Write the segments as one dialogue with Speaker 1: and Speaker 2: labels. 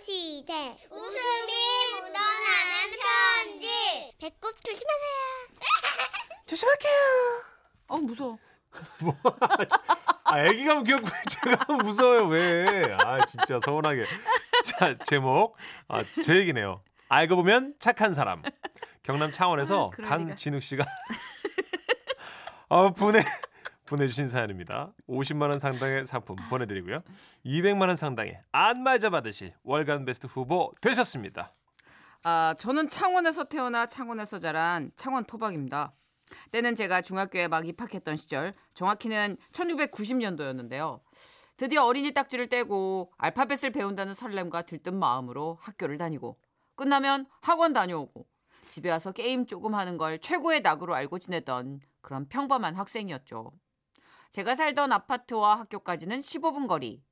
Speaker 1: 시대 웃음이 묻어나는 편지 배꼽 조심하세요
Speaker 2: 조심할게요. 어 무서워.
Speaker 3: 뭐, 아, 애기 가면 귀엽고 제가 무서워요 왜? 아 진짜 서운하게. 자 제목 아, 제 얘기네요. 알고 보면 착한 사람. 경남 창원에서
Speaker 2: 아, 그럴 리가.
Speaker 3: 강진욱 씨가 어, 보내 보내주신 사연입니다. 50만 원 상당의 상품 보내드리고요. 200만 원 상당의 안마자 받으실 월간 베스트 후보 되셨습니다.
Speaker 2: 아 저는 창원에서 태어나 창원에서 자란 창원 토박입니다. 때는 제가 중학교에 막 입학했던 시절, 정확히는 1990년도였는데요. 드디어 어린이 딱지를 떼고 알파벳을 배운다는 설렘과 들뜬 마음으로 학교를 다니고 끝나면 학원 다녀오고 집에 와서 게임 조금 하는 걸 최고의 낙으로 알고 지내던 그런 평범한 학생이었죠. 제가 살던 아파트와 학교까지는 15분 거리.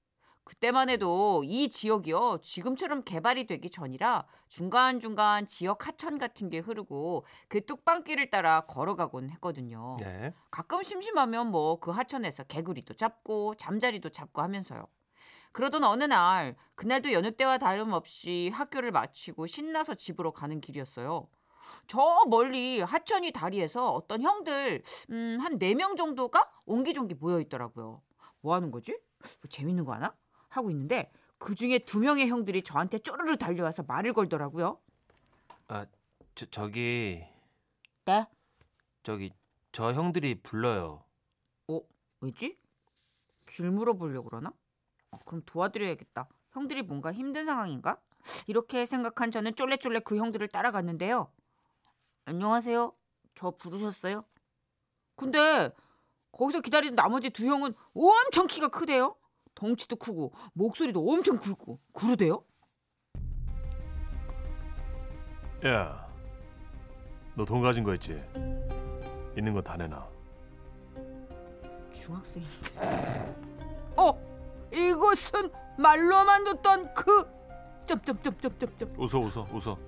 Speaker 2: 그때만 해도 이 지역이요 지금처럼 개발이 되기 전이라 중간중간 지역 하천 같은 게 흐르고 그 뚝방길을 따라 걸어가곤 했거든요.
Speaker 3: 네.
Speaker 2: 가끔 심심하면 뭐 그 하천에서 개구리도 잡고 잠자리도 잡고 하면서요. 그러던 어느 날 그날도 여느 때와 다름없이 학교를 마치고 신나서 집으로 가는 길이었어요. 저 멀리 하천이 다리에서 어떤 형들 음, 한 네 명 정도가 옹기종기 모여 있더라고요. 뭐 하는 거지? 뭐 재밌는 거 하나? 하고 있는데 그 중에 두 명의 형들이 저한테 쪼르르 달려와서 말을 걸더라고요.
Speaker 4: 저, 저기
Speaker 2: 네?
Speaker 4: 저기 저 형들이 불러요.
Speaker 2: 왜지? 길 물어보려고 그러나? 어, 그럼 도와드려야겠다. 형들이 뭔가 힘든 상황인가? 이렇게 생각한 저는 쫄래쫄래 그 형들을 따라갔는데요. 안녕하세요. 저 부르셨어요? 근데 거기서 기다리던 나머지 두 형은 엄청 키가 크대요. 덩치도 크고 목소리도 엄청 굵고 그러대요.
Speaker 3: 야, 너 돈 가진 거 있지? 있는 거 다 내놔.
Speaker 2: 중학생인데. 어, 이곳은 말로만 듣던 그 점점점점점점
Speaker 3: 웃어 웃어 웃어.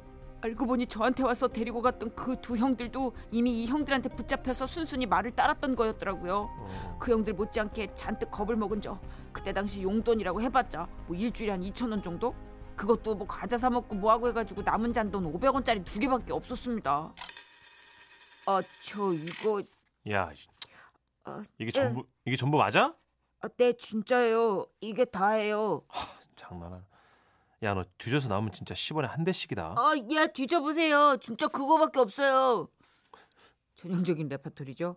Speaker 2: 알고 보니 저한테 와서 데리고 갔던 그 두 형들도 이미 이 형들한테 붙잡혀서 순순히 말을 따랐던 거였더라고요.
Speaker 3: 어.
Speaker 2: 그 형들 못지않게 잔뜩 겁을 먹은 저 그때 당시 용돈이라고 해봤자 뭐 일주일에 한 2천 원 정도? 그것도 뭐 과자 사 먹고 뭐하고 해가지고 남은 잔돈 500원짜리 두 개밖에 없었습니다. 아 저 이거
Speaker 3: 야,
Speaker 2: 어,
Speaker 3: 이게
Speaker 2: 예.
Speaker 3: 전부 이게 전부 맞아?
Speaker 2: 아, 네 진짜예요. 이게 다예요.
Speaker 3: 장난아. 야, 너 뒤져서 나오면 진짜 10원에 한 대씩이다.
Speaker 2: 아야 뒤져보세요. 진짜 그거밖에 없어요. 전형적인 레파토리죠.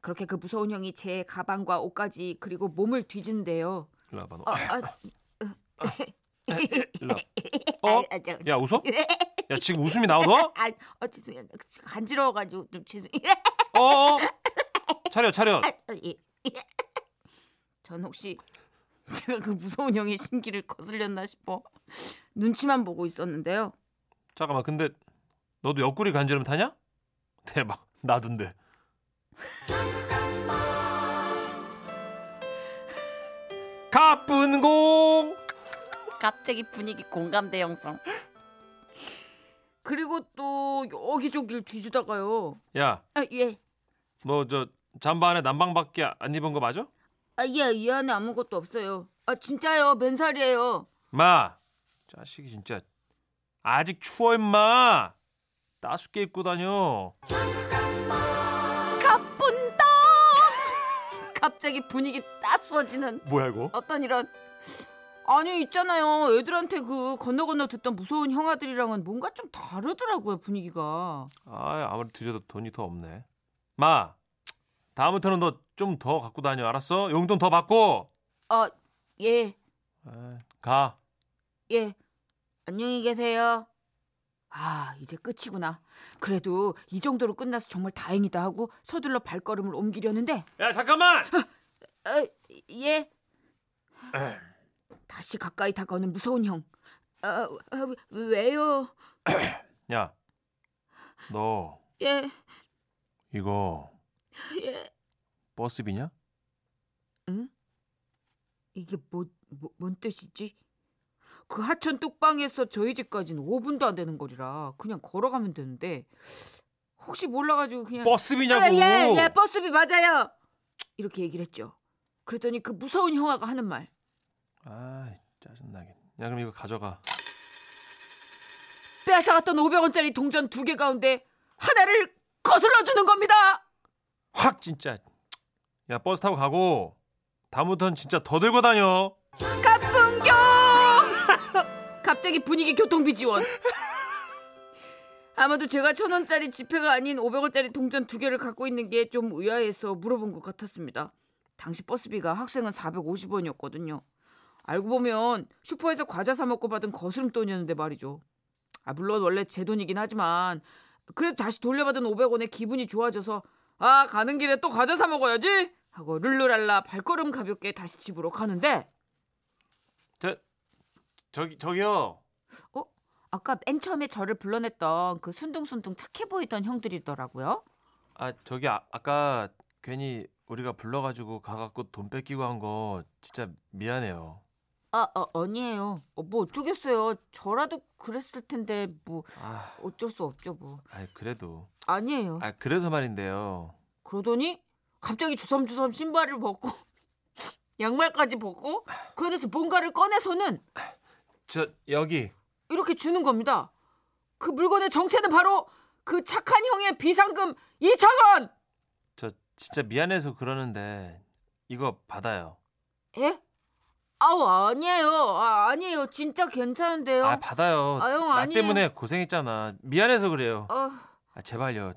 Speaker 2: 그렇게 그 무서운 형이 제 가방과 옷까지 그리고 몸을 뒤진대요.
Speaker 3: 일로 와봐. 너.
Speaker 2: 아, 아,
Speaker 3: 일로 와. 어?
Speaker 2: 아, 저,
Speaker 3: 야, 웃어? 야, 지금 웃음이 나와 너?
Speaker 2: 아, 아, 죄송해요. 간지러워가지고 좀 죄송해요.
Speaker 3: 어, 어. 차려, 차려.
Speaker 2: 아, 예. 전 혹시 제가 그 무서운 형의 신기를 거슬렸나 싶어 눈치만 보고 있었는데요.
Speaker 3: 잠깐만. 근데 너도 옆구리 간지럼 타냐? 대박. 나둔데. 가쁜 공.
Speaker 2: 갑자기 분위기 공감대 형성. 그리고 또 여기저기를 뒤지다가요.
Speaker 3: 야,
Speaker 2: 아, 예.
Speaker 3: 너 저 잠바 안에 난방밖에 안 입은 거 맞아?
Speaker 2: 아, 예. 이 안에 아무것도 없어요. 아, 진짜요. 맨살이에요.
Speaker 3: 마 자식이 진짜 아직 추워 임마 따숩게 입고 다녀
Speaker 2: 가뿐다. 갑자기 분위기 따스워지는
Speaker 3: 뭐야 이거
Speaker 2: 어떤 이런 아니 있잖아요 애들한테 그 건너 건너 듣던 무서운 형아들이랑은 뭔가 좀 다르더라고요 분위기가
Speaker 3: 아 아무리 뒤져도 돈이 더 없네 마 다음부터는 너 좀 더 갖고 다녀 알았어 용돈 더 받고
Speaker 2: 아 예 예
Speaker 3: 에이, 가
Speaker 2: 안녕히 계세요 아 이제 끝이구나 그래도 이 정도로 끝나서 정말 다행이다 하고 서둘러 발걸음을 옮기려는데
Speaker 3: 야, 잠깐만!
Speaker 2: 예 다시 가까이 다가오는 무서운 형 아, 아, 왜요
Speaker 3: 야, 너
Speaker 2: 예
Speaker 3: 이거
Speaker 2: 예.
Speaker 3: 버스비냐?
Speaker 2: 이게 뭐, 뭐, 뭔 뜻이지? 그 하천 뚝방에서 저희 집까지는 5분도 안 되는 거리라 그냥 걸어가면 되는데 혹시 몰라가지고 그냥
Speaker 3: 뭐 버스비냐고!
Speaker 2: 아, 예, 예, 버스비 맞아요. 이렇게 얘기를 했죠. 그랬더니 그 무서운 형아가 하는 말.
Speaker 3: 아, 짜증나게. 야, 그럼 이거 가져가.
Speaker 2: 빼앗아갔던 500원짜리 동전 두 개 가운데 하나를 거슬러 주는 겁니다.
Speaker 3: 확
Speaker 4: 진짜
Speaker 3: 야 버스 타고 가고 다음부터는 진짜 더 들고 다녀.
Speaker 2: 갑분교! 갑자기 분위기 교통비 지원. 아마도 제가 천 원짜리 지폐가 아닌 500원짜리 동전 두 개를 갖고 있는 게 좀 의아해서 물어본 것 같았습니다. 당시 버스비가 학생은 450원이었거든요. 알고 보면 슈퍼에서 과자 사 먹고 받은 거스름돈이었는데 말이죠. 아 물론 원래 제 돈이긴 하지만 그래도 다시 돌려받은 500원에 기분이 좋아져서 아 가는 길에 또 과자 사 먹어야지 하고 룰루랄라 발걸음 가볍게 다시 집으로 가는데
Speaker 3: 저 저기 저기요.
Speaker 2: 아까 맨 처음에 저를 불러냈던 그 순둥순둥 착해 보이던 형들이더라고요.
Speaker 4: 아 저기 아, 아까 괜히 우리가 불러가지고 가갖고 돈 뺏기고 한 거 진짜 미안해요.
Speaker 2: 아, 아 아니에요. 어, 뭐 어쩌겠어요. 저라도 그랬을 텐데 뭐
Speaker 4: 아,
Speaker 2: 어쩔 수 없죠 뭐.
Speaker 4: 아 그래도
Speaker 2: 아니에요.
Speaker 4: 아 그래서 말인데요.
Speaker 2: 그러더니 갑자기 주섬주섬 신발을 벗고 양말까지 벗고 그 안에서 뭔가를 꺼내서는
Speaker 4: 저 여기
Speaker 2: 이렇게 주는 겁니다. 그 물건의 정체는 바로 그 착한 형의 비상금 2천 원.
Speaker 4: 저 진짜 미안해서 그러는데 이거 받아요.
Speaker 2: 예? 아우 아니에요. 아, 아니에요. 진짜 괜찮은데요.
Speaker 4: 아 받아요.
Speaker 2: 아, 형
Speaker 4: 나
Speaker 2: 아니에요.
Speaker 4: 때문에 고생했잖아. 미안해서 그래요.
Speaker 2: 어.
Speaker 4: 아, 제발요.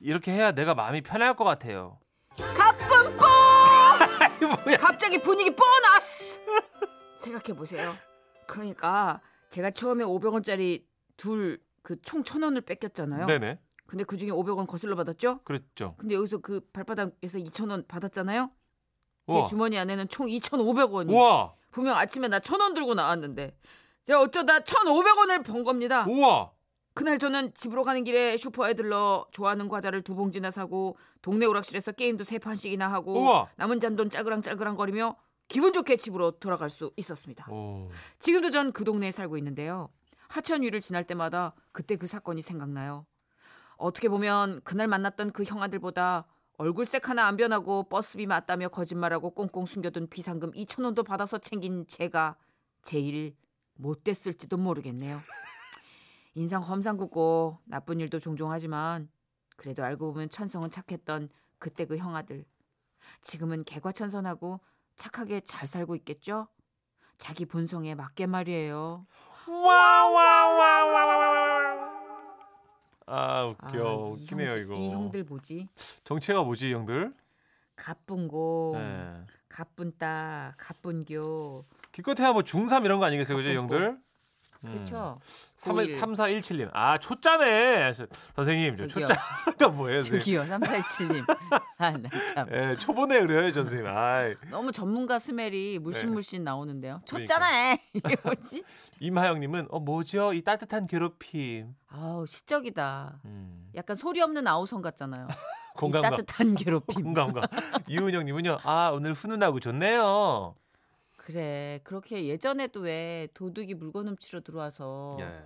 Speaker 4: 이렇게 해야 내가 마음이 편할 것 같아요.
Speaker 2: 가뿐 뽀!
Speaker 4: 뭐야?
Speaker 2: 갑자기 분위기 보너스! 생각해보세요. 그러니까 제가 처음에 500원짜리 둘 그 총 1000원을 뺏겼잖아요.
Speaker 3: 네네.
Speaker 2: 근데 그중에 500원 거슬러 받았죠?
Speaker 4: 그렇죠.
Speaker 3: 그랬죠.
Speaker 2: 근데 여기서 그 발바닥에서 2000원 받았잖아요.
Speaker 3: 우와.
Speaker 2: 제 주머니 안에는 총 2500원이
Speaker 3: 우와.
Speaker 2: 분명 아침에 나 1000원 들고 나왔는데 제가 어쩌다 1500원을 번 겁니다.
Speaker 3: 우와.
Speaker 2: 그날 저는 집으로 가는 길에 슈퍼에 들러 좋아하는 과자를 두 봉지나 사고 동네 오락실에서 게임도 세 판씩이나 하고
Speaker 3: 우와.
Speaker 2: 남은 잔돈 짜그랑짜그랑 거리며 기분 좋게 집으로 돌아갈 수 있었습니다.
Speaker 3: 오.
Speaker 2: 지금도 전 그 동네에 살고 있는데요. 하천위를 지날 때마다 그때 그 사건이 생각나요. 어떻게 보면 그날 만났던 그 형아들보다 얼굴색 하나 안 변하고 버스비 맞다며 거짓말하고 꽁꽁 숨겨둔 비상금 2천 원도 받아서 챙긴 제가 제일 못됐을지도 모르겠네요. 인상 험상궂고 나쁜 일도 종종 하지만 그래도 알고 보면 천성은 착했던 그때 그 형아들. 지금은 개과천선하고 착하게 잘 살고 있겠죠? 자기 본성에 맞게 말이에요.
Speaker 3: 와와와와와와. 아
Speaker 2: 아,
Speaker 3: 웃겨
Speaker 2: 이
Speaker 3: 웃기네요
Speaker 2: 형제-
Speaker 3: 이거.
Speaker 2: 이 형들 뭐지?
Speaker 3: 정체가 뭐지 형들?
Speaker 2: 가쁜고,
Speaker 3: 네.
Speaker 2: 가쁜따, 가쁜교.
Speaker 3: 기껏해야 뭐 중3 이런 거 아니겠어요 그죠 형들? 음.
Speaker 2: 그렇죠.
Speaker 3: 3,
Speaker 2: 고일.
Speaker 3: 3417님. 아, 초짜네. 저- 선생님, 저
Speaker 2: 저기요.
Speaker 3: 초짜가 뭐예요, 선생님?
Speaker 2: 3417님. 아, 나 참.
Speaker 3: 예, 초보네 그래요, 저 선생님. 아,
Speaker 2: 너무 전문가 스멜이 물씬물씬 나오는데요.
Speaker 3: 그러니까.
Speaker 2: 쳤잖아. 이게 뭐지?
Speaker 3: 임하영 님은 어, 뭐죠? 이 따뜻한 괴롭힘.
Speaker 2: 아우, 시적이다.
Speaker 3: 음.
Speaker 2: 약간 소리 없는 아우성 같잖아요. 이
Speaker 3: 공감감.
Speaker 2: 따뜻한 괴롭힘.
Speaker 3: 공감 감. 이은영 님은요. 아, 오늘 훈훈하고 좋네요.
Speaker 2: 그래. 그렇게 예전에도 왜 도둑이 물건 훔치러 들어와서
Speaker 3: 예.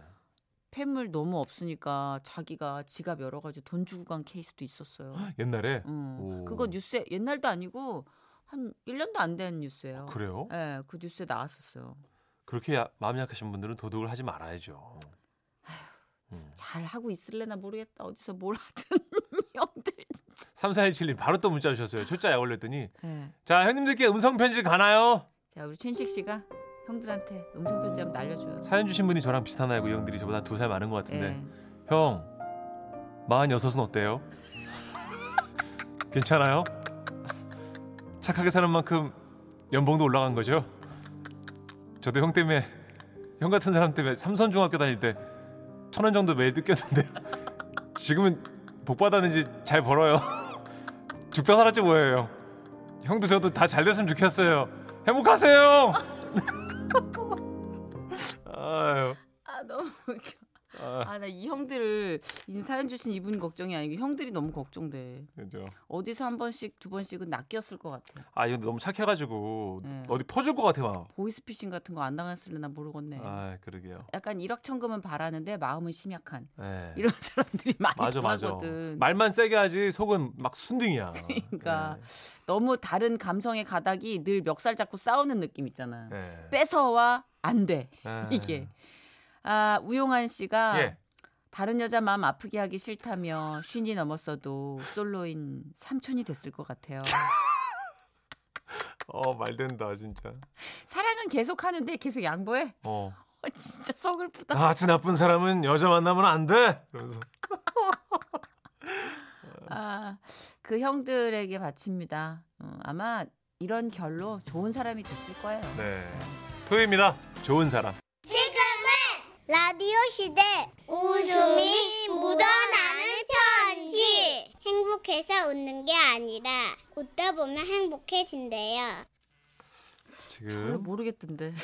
Speaker 2: 폐물 너무 없으니까 자기가 지갑 여러 가지 돈 주고 간 케이스도 있었어요.
Speaker 3: 옛날에
Speaker 2: 응.
Speaker 3: 오.
Speaker 2: 그거 뉴스에 옛날도 아니고 한 1년도 안 된
Speaker 3: 아,
Speaker 2: 뉴스예요.
Speaker 3: 그래요?
Speaker 2: 예, 그 뉴스에 나왔었어요.
Speaker 3: 그렇게 야- 마음 약하신 분들은 도둑을 하지 말아야죠. 음.
Speaker 2: 잘 하고 있을래나 모르겠다. 어디서 뭘 하든 형들.
Speaker 3: 3417님 바로 또 문자 주셨어요. 초짜야 올렸더니
Speaker 2: 예.
Speaker 3: 자, 형님들께 음성 편지 가나요?
Speaker 2: 자, 우리 천식 씨가 형들한테 음성 편지 한번 날려 줘요. 예.
Speaker 3: 사연 주신 분이 저랑 비슷한 나이고 형들이 저보다 두 살 많은 것 같은데.
Speaker 2: 네.
Speaker 3: 형, 46은 어때요? 괜찮아요? 착하게 사는 만큼 연봉도 올라간 거죠? 저도 형 때문에 형 같은 사람 때문에 삼선 중학교 다닐 때 천 원 정도 매일 뜯겼는데 지금은 복 받았는지 잘 벌어요. 죽다 살았지 뭐예요, 형. 형도 저도 다 잘 됐으면 좋겠어요. 행복하세요. 아유,
Speaker 2: 아, 너무 웃겨.
Speaker 3: 아,
Speaker 2: 아, 나 이 형들을 이 사연 주신 이분 걱정이 아니고 형들이 너무 걱정돼.
Speaker 3: 그죠.
Speaker 2: 어디서 한 번씩 두 번씩은 낚였을 것 같아.
Speaker 3: 아 이거 너무 착해가지고
Speaker 2: 네.
Speaker 3: 어디 퍼줄 것 같아 막.
Speaker 2: 보이스피싱 같은 거 안 당했을려나 모르겠네.
Speaker 3: 아 그러게요.
Speaker 2: 약간 일확천금은 바라는데 마음은 심약한
Speaker 3: 네.
Speaker 2: 이런 사람들이 많이
Speaker 3: 맞아 맞아.
Speaker 2: 많거든.
Speaker 3: 말만 세게 하지 속은 막 순둥이야.
Speaker 2: 그러니까
Speaker 3: 네.
Speaker 2: 너무 다른 감성의 가닥이 늘 멱살 잡고 싸우는 느낌 있잖아.
Speaker 3: 네. 네.
Speaker 2: 뺏어와 안 돼.
Speaker 3: 네.
Speaker 2: 이게. 아, 우용한 씨가
Speaker 3: 예.
Speaker 2: 다른 여자 마음 아프게 하기 싫다며 쉰이 넘었어도 솔로인 삼촌이 됐을 것 같아요.
Speaker 3: 어, 말 된다, 진짜.
Speaker 2: 사랑은 계속 하는데 계속 양보해.
Speaker 3: 어.
Speaker 2: 어, 진짜 서글프다.
Speaker 3: 아주 나쁜 사람은 여자 만나면 안 돼. 그러면서 네.
Speaker 2: 아, 그 형들에게 바칩니다. 어, 아마 이런 결로 좋은 사람이 됐을 거예요.
Speaker 3: 네. 토요입니다. 좋은 사람.
Speaker 1: 라디오 시대 웃음이 묻어나는 편지 행복해서 웃는 게 아니라 웃다 보면 행복해진대요
Speaker 2: 별로
Speaker 3: 지금
Speaker 2: 모르겠던데.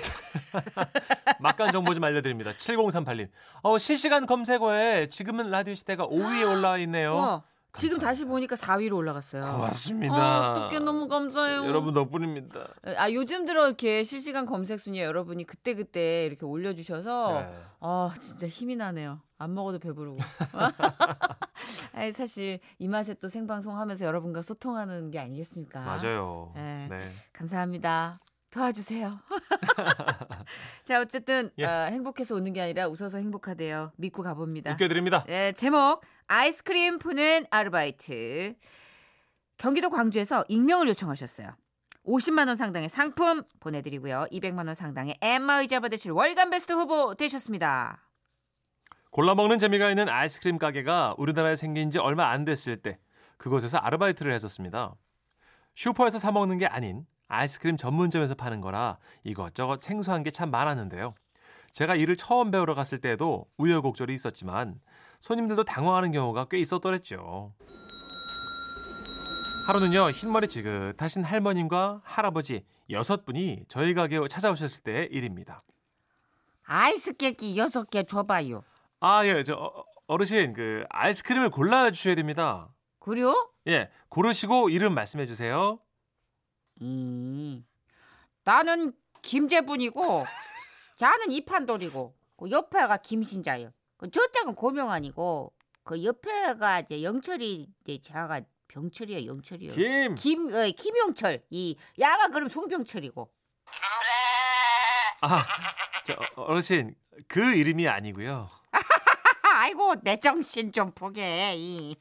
Speaker 3: 막간 정보 좀 알려드립니다. 7038님. 어, 실시간 검색어에 지금은 라디오 시대가 5위에 올라와 있네요.
Speaker 2: 와, 지금 다시 보니까 4위로 올라갔어요.
Speaker 3: 고맙습니다.
Speaker 2: 아, 어떡해 너무 감사해요.
Speaker 3: 여러분 덕분입니다.
Speaker 2: 아 요즘 들어 이렇게 실시간 검색 순위에 여러분이 그때 그때 이렇게 올려주셔서
Speaker 3: 네.
Speaker 2: 아 진짜 힘이 나네요. 안 먹어도 배부르고. 아니 사실 이 맛에 또 생방송 하면서 여러분과 소통하는 게 아니겠습니까?
Speaker 3: 맞아요.
Speaker 2: 네.
Speaker 3: 네.
Speaker 2: 감사합니다. 도와주세요. 자 어쨌든
Speaker 3: 예.
Speaker 2: 어, 행복해서 웃는 게 아니라 웃어서 행복하대요. 믿고 가봅니다.
Speaker 3: 웃겨드립니다.
Speaker 2: 네, 제목 아이스크림 푸는 아르바이트. 경기도 광주에서 익명을 요청하셨어요. 50만 원 상당의 상품 보내드리고요. 200만 원 상당의 엠마 의자 받으실 월간 베스트 후보 되셨습니다.
Speaker 3: 골라 먹는 재미가 있는 아이스크림 가게가 우리나라에 생긴 지 얼마 안 됐을 때 그곳에서 아르바이트를 했었습니다. 슈퍼에서 사 먹는 게 아닌 아이스크림 전문점에서 파는 거라 이것저것 생소한 게 참 많았는데요. 제가 일을 처음 배우러 갔을 때에도 우여곡절이 있었지만 손님들도 당황하는 경우가 꽤 있었더랬죠. 하루는요 흰머리 지긋하신 할머님과 할아버지 여섯 분이 저희 가게에 찾아오셨을 때의 일입니다.
Speaker 2: 아이스 깨끼 6개 줘봐요.
Speaker 3: 아, 예, 저 어, 어르신 그 아이스크림을 골라 주셔야 됩니다.
Speaker 2: 그리고
Speaker 3: 예, 고르시고 이름 말씀해 주세요.
Speaker 2: 음, 나는 김재분이고 자는 이판돌이고 그 옆에가 김신자예요. 그 저짝은 고명환이고 그 옆에가 이제 영철이 이제 자가 병철이에요. 영철이요.
Speaker 3: 김.
Speaker 2: 김, 어, 김용철 이 야가 그럼 송병철이고
Speaker 3: 아, 저 어, 어르신 그 이름이 아니고요.
Speaker 2: 아, 아이고 내 정신 좀 보게 이.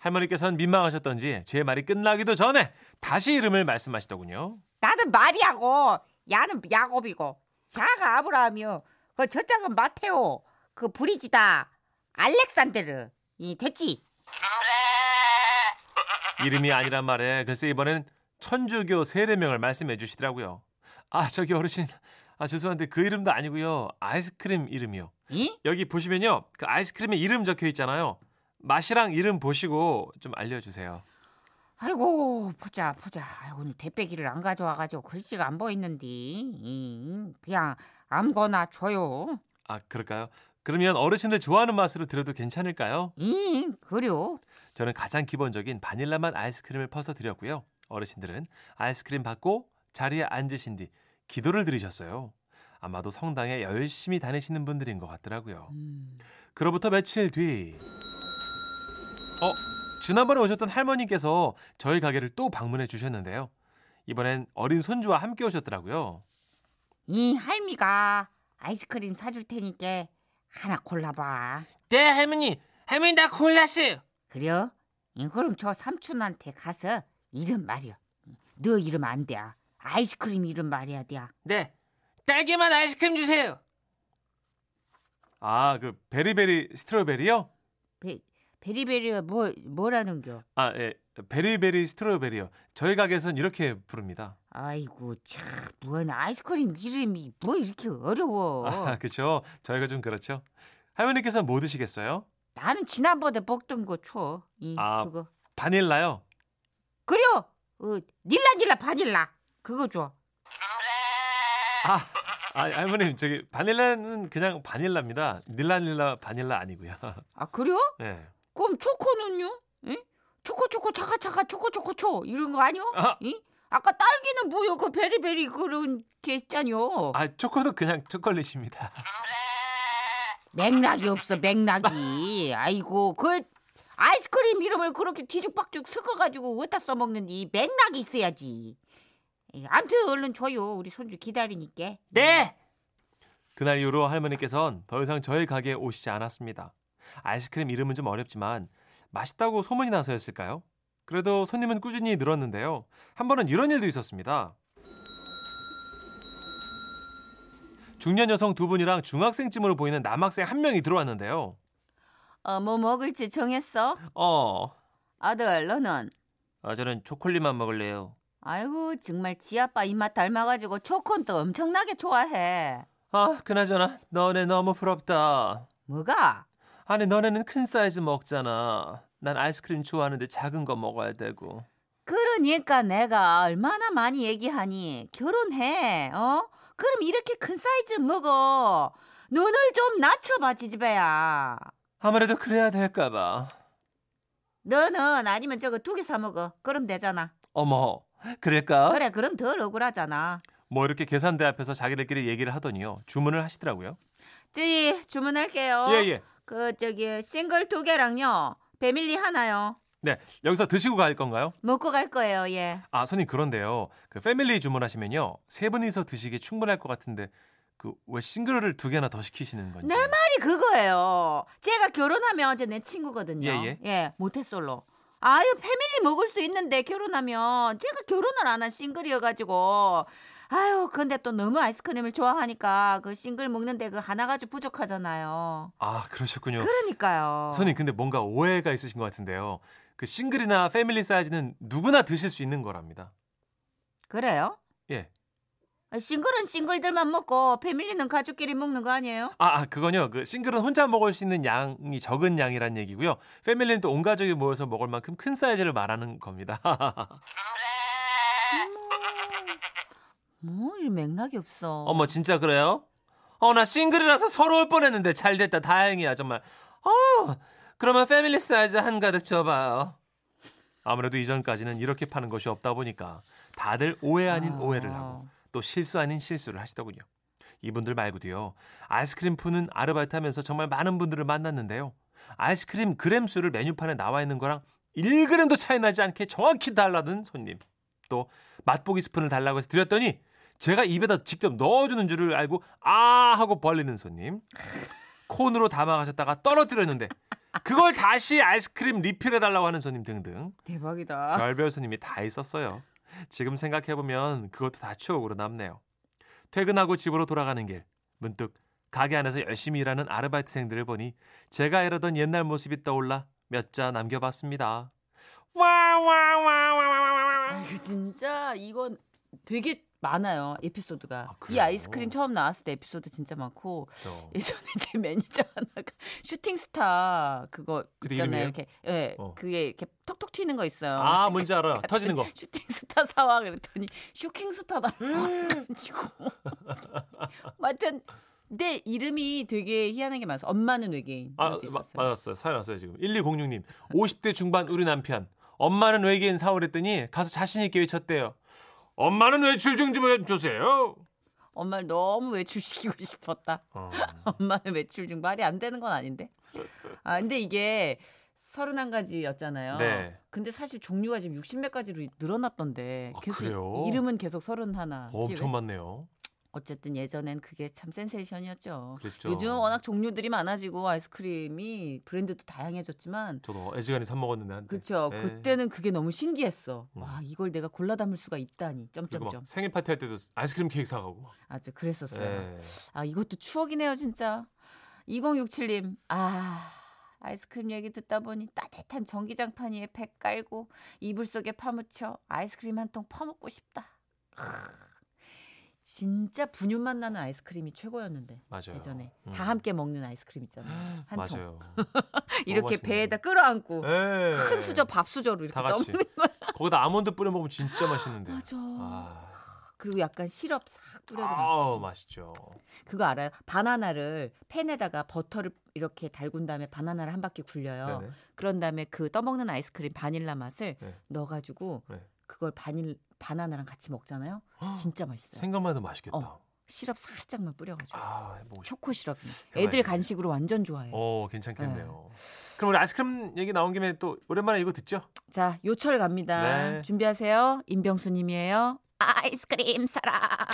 Speaker 3: 할머니께서는 민망하셨던지 제 말이 끝나기도 전에 다시 이름을 말씀하시더군요.
Speaker 2: 나는 마리아고 야는 야곱이고 자가 아브라함이요 그 저짝은 마테오 그 브리지다 알렉산데르 이 됐지
Speaker 3: 이름이 아니란 말에 글쎄 이번에는 천주교 세례명을 말씀해 주시더라고요. 아, 저기 어르신. 아, 죄송한데 그 이름도 아니고요. 아이스크림 이름이요.
Speaker 2: 이?
Speaker 3: 여기 보시면요. 그 아이스크림에 이름 적혀 있잖아요. 맛이랑 이름 보시고 좀 알려 주세요.
Speaker 2: 아이고 보자 보자 아이고, 오늘 대빼기를 안 가져와가지고 글씨가 안 보이는데 이, 그냥 아무거나 줘요
Speaker 3: 아 그럴까요? 그러면 어르신들 좋아하는 맛으로 드려도 괜찮을까요?
Speaker 2: 이 그래요
Speaker 3: 저는 가장 기본적인 바닐라맛 아이스크림을 퍼서 드렸고요. 어르신들은 아이스크림 받고 자리에 앉으신 뒤 기도를 드리셨어요. 아마도 성당에 열심히 다니시는 분들인 것 같더라고요.
Speaker 2: 음.
Speaker 3: 그로부터 며칠 뒤, 어 지난번에 오셨던 할머니께서 저희 가게를 또 방문해 주셨는데요. 이번엔 어린 손주와 함께 오셨더라고요.
Speaker 2: 이 할미가 아이스크림 사줄 테니까 하나 골라봐
Speaker 4: 네 할머니 할머니 나 골랐어요.
Speaker 2: 그래요 이, 그럼 저 삼촌한테 가서 이름 말이야 너 이름 안 돼. 아이스크림 이름 말해야 돼.
Speaker 4: 네 딸기맛 아이스크림 주세요.
Speaker 3: 아 그 베리베리 스트로베리요?
Speaker 2: 베, 베리베리가 뭐 뭐라는겨?
Speaker 3: 아, 예. 베리베리 스트로베리요. 저희 가게에선 이렇게 부릅니다.
Speaker 2: 아이고 참뭔 아이스크림 이름이 뭐 이렇게 어려워.
Speaker 3: 아, 그렇죠. 저희가 좀 그렇죠. 할머니께서 뭐 드시겠어요?
Speaker 2: 나는 지난번에 먹던 거 줘. 이
Speaker 3: 아.
Speaker 2: 그거.
Speaker 3: 바닐라요.
Speaker 2: 그래. 어, 닐라닐라 바닐라. 그거 줘.
Speaker 3: 아, 아, 할머님 저기 바닐라는 그냥 바닐라입니다. 닐라닐라 바닐라 아니고요.
Speaker 2: 아, 그래요?
Speaker 3: 예.
Speaker 2: 그럼 초코는요? 응? 초코 초코 차카 차카 초코 초코 초 이런 거 아니요?
Speaker 3: 아.
Speaker 2: 이? 아까 딸기는 뭐요? 그 베리베리 그런 게 있잖요.
Speaker 3: 아, 초코도 그냥 초콜릿입니다.
Speaker 2: 맥락이 없어 맥락이. 아이고 그 아이스크림 이름을 그렇게 뒤죽박죽 섞어가지고 어디다 써먹는디 맥락이 예, 있어야지. 이, 암튼 얼른 줘요 우리 손주 기다리니까.
Speaker 4: 네
Speaker 3: 그날 이후로 할머니께선 더 이상 저희 가게에 오시지 않았습니다. 아이스크림 이름은 좀 어렵지만 맛있다고 소문이 나서였을까요? 그래도 손님은 꾸준히 늘었는데요. 한 번은 이런 일도 있었습니다. 중년 여성 두 분이랑 중학생쯤으로 보이는 남학생 한 명이 들어왔는데요.
Speaker 2: 어, 뭐 먹을지 정했어?
Speaker 3: 어,
Speaker 2: 아들, 너는?
Speaker 3: 아, 저는 초콜릿만 먹을래요.
Speaker 2: 아이고, 정말 지 아빠 입맛 닮아가지고 초콘도 엄청나게 좋아해.
Speaker 3: 아, 그나저나 너네 너무 부럽다.
Speaker 2: 뭐가?
Speaker 3: 아니 너네는 큰 사이즈 먹잖아. 난 아이스크림 좋아하는데 작은 거 먹어야 되고.
Speaker 2: 그러니까 내가 얼마나 많이 얘기하니 결혼해 어 그럼 이렇게 큰 사이즈 먹어 눈을 좀 낮춰봐 지지배야
Speaker 3: 아무래도 그래야 될까 봐.
Speaker 2: 너는 아니면 저거 두 개 사 먹어 그럼 되잖아
Speaker 3: 어머, 그럴까?
Speaker 2: 그래 그럼 덜 억울하잖아
Speaker 3: 뭐 이렇게 계산대 앞에서 자기들끼리 얘기를 하더니요. 주문을 하시더라고요.
Speaker 2: 저희 주문할게요
Speaker 3: 예, 예.
Speaker 2: 그 저기 싱글 두 개랑요 배밀리 하나요
Speaker 3: 네, 여기서 드시고 갈 건가요?
Speaker 2: 먹고 갈 거예요 예
Speaker 3: 아, 손님 그런데요. 그 패밀리 주문하시면요. 세 분이서 드시기에 충분할 것 같은데 그 왜 싱글을 두 개나 더 시키시는 건지.
Speaker 2: 내 말이 그거예요. 제가 결혼하면 이제 내 친구거든요.
Speaker 3: 예,
Speaker 2: 모태솔로. 아유 패밀리 먹을 수 있는데 결혼하면 제가 결혼을 안 한 싱글이어가지고 아유 근데 또 너무 아이스크림을 좋아하니까 그 싱글 먹는데 그 하나 가지고 부족하잖아요.
Speaker 3: 아, 그러셨군요.
Speaker 2: 그러니까요.
Speaker 3: 선님 근데 뭔가 오해가 있으신 것 같은데요. 그 싱글이나 패밀리 사이즈는 누구나 드실 수 있는 거랍니다.
Speaker 2: 그래요?
Speaker 3: 예.
Speaker 2: 아, 싱글은 싱글들만 먹고 패밀리는 가족끼리 먹는 거 아니에요?
Speaker 3: 아, 아, 그건요. 그 싱글은 혼자 먹을 수 있는 양이 적은 양이란 얘기고요. 패밀리는 또 온 가족이 모여서 먹을 만큼 큰 사이즈를 말하는 겁니다.
Speaker 2: 뭐이 맥락이 없어.
Speaker 3: 어머 진짜 그래요? 어 나 싱글이라서 서러울 뻔했는데 잘 됐다 다행이야 정말. 어 그러면 패밀리 사이즈 한 가득 줘봐요. 아무래도 이전까지는 이렇게 파는 것이 없다 보니까 다들 오해 아닌
Speaker 2: 아.
Speaker 3: 오해를 하고 또 실수 아닌 실수를 하시더군요. 이분들 말고도요. 아이스크림 푸는 아르바이트 하면서 정말 많은 분들을 만났는데요. 아이스크림 그램 수를 메뉴판에 나와 있는 거랑 1그램도 차이 나지 않게 정확히 달라는 손님. 또 맛보기 스푼을 달라고 해서 드렸더니 제가 입에다 직접 넣어주는 줄을 알고 아 하고 벌리는 손님. 콘으로 담아가셨다가 떨어뜨렸는데 그걸 다시 아이스크림 리필해달라고 하는 손님 등등.
Speaker 2: 대박이다.
Speaker 3: 별별 손님이 다 있었어요. 지금 생각해보면 그것도 다 추억으로 남네요. 퇴근하고 집으로 돌아가는 길 문득 가게 안에서 열심히 일하는 아르바이트생들을 보니 제가 이러던 옛날 모습이 떠올라 몇 자 남겨봤습니다. 와와와와와와와
Speaker 2: 아이고 진짜 이건 되게 많아요 에피소드가
Speaker 3: 아,
Speaker 2: 이
Speaker 3: 그래요?
Speaker 2: 아이스크림 처음 나왔을 때 에피소드 진짜 많고 예전에 제 매니저 하나가 슈팅스타 그거
Speaker 3: 그게
Speaker 2: 있잖아요
Speaker 3: 이름이에요?
Speaker 2: 이렇게 예
Speaker 3: 어.
Speaker 2: 그게 이렇게 톡톡 튀는 거 있어요
Speaker 3: 아 뭔지 알아 터지는 거.
Speaker 2: 슈팅스타 사와 그랬더니 슈킹스타다 가지고 하여튼 내 이름이 되게 희한한 게 많아서 엄마는 외계인
Speaker 3: 아,
Speaker 2: 것도
Speaker 3: 마-
Speaker 2: 있었어요.
Speaker 3: 맞았어요. 사연 왔어요, 지금. 1206님. 50대 중반 우리 남편. 엄마는 외계인 사오랬더니 가서 자신 있게 외쳤대요. 엄마는 외출 중좀 해주세요.
Speaker 2: 엄마를 너무 외출시키고 싶었다
Speaker 3: 어.
Speaker 2: 엄마는 외출 중 말이 안 되는 건 아닌데. 아 근데 이게 서른한 가지였잖아요.
Speaker 3: 네.
Speaker 2: 근데 사실 종류가 지금 60몇 가지로 늘어났던데
Speaker 3: 아,
Speaker 2: 계속
Speaker 3: 그래요?
Speaker 2: 이름은 계속 서른하나.
Speaker 3: 어, 엄청 많네요.
Speaker 2: 어쨌든 예전엔 그게 참 센세이션이었죠.
Speaker 3: 그랬죠.
Speaker 2: 요즘 원낙 종류들이 많아지고 아이스크림이 브랜드도 다양해졌지만
Speaker 3: 저도 애지간히 사 먹었는데 한 대.
Speaker 2: 그쵸
Speaker 3: 네.
Speaker 2: 그때는 그게 너무 신기했어.
Speaker 3: 음.
Speaker 2: 와 이걸 내가 골라 담을 수가 있다니
Speaker 3: 그리고 막
Speaker 2: 점점점.
Speaker 3: 생일 파티 할 때도 아이스크림 케이크 사가고. 막.
Speaker 2: 아주 그랬었어요.
Speaker 3: 예.
Speaker 2: 아 이것도 추억이네요 진짜 2067님 아 아이스크림 얘기 듣다 보니 따뜻한 전기장판 위에 배 깔고 이불 속에 파묻혀 아이스크림 한 통 퍼먹고 싶다 크. 진짜 분유 맛 나는 아이스크림이 최고였는데
Speaker 3: 맞아요.
Speaker 2: 예전에
Speaker 3: 음.
Speaker 2: 다 함께 먹는 아이스크림 있잖아요 한 통
Speaker 3: 맞아요.
Speaker 2: 이렇게
Speaker 3: 맛있는데.
Speaker 2: 배에다 끌어안고
Speaker 3: 예.
Speaker 2: 큰 수저 밥 수저로 이렇게
Speaker 3: 다 같이.
Speaker 2: 떠먹는
Speaker 3: 거기다 아몬드 뿌려 먹으면 진짜 맛있는데.
Speaker 2: 맞아
Speaker 3: 아.
Speaker 2: 그리고 약간 시럽 싹 뿌려도
Speaker 3: 아우,
Speaker 2: 맛있어
Speaker 3: 맛있죠.
Speaker 2: 그거 알아요? 바나나를 팬에다가 버터를 이렇게 달군 다음에 바나나를 한 바퀴 굴려요.
Speaker 3: 네네.
Speaker 2: 그런 다음에 그 떠먹는 아이스크림 바닐라 맛을
Speaker 3: 네.
Speaker 2: 넣어가지고
Speaker 3: 네.
Speaker 2: 그걸 바닐 바나나랑 같이 먹잖아요.
Speaker 3: 헉,
Speaker 2: 진짜 맛있어요.
Speaker 3: 생각만 해도 맛있겠다.
Speaker 2: 어. 시럽 살짝만 뿌려가지고
Speaker 3: 아, 해보고 싶
Speaker 2: 초코 시럽. 애들
Speaker 3: 해봐야겠네.
Speaker 2: 간식으로 완전 좋아해요.
Speaker 3: 어, 괜찮겠네요. 그럼 우리 아이스크림 얘기 나온 김에 또 오랜만에 이거 듣죠?
Speaker 2: 자 요철 갑니다.
Speaker 3: 네.
Speaker 2: 준비하세요. 임병수님이에요. 아이스크림 사랑.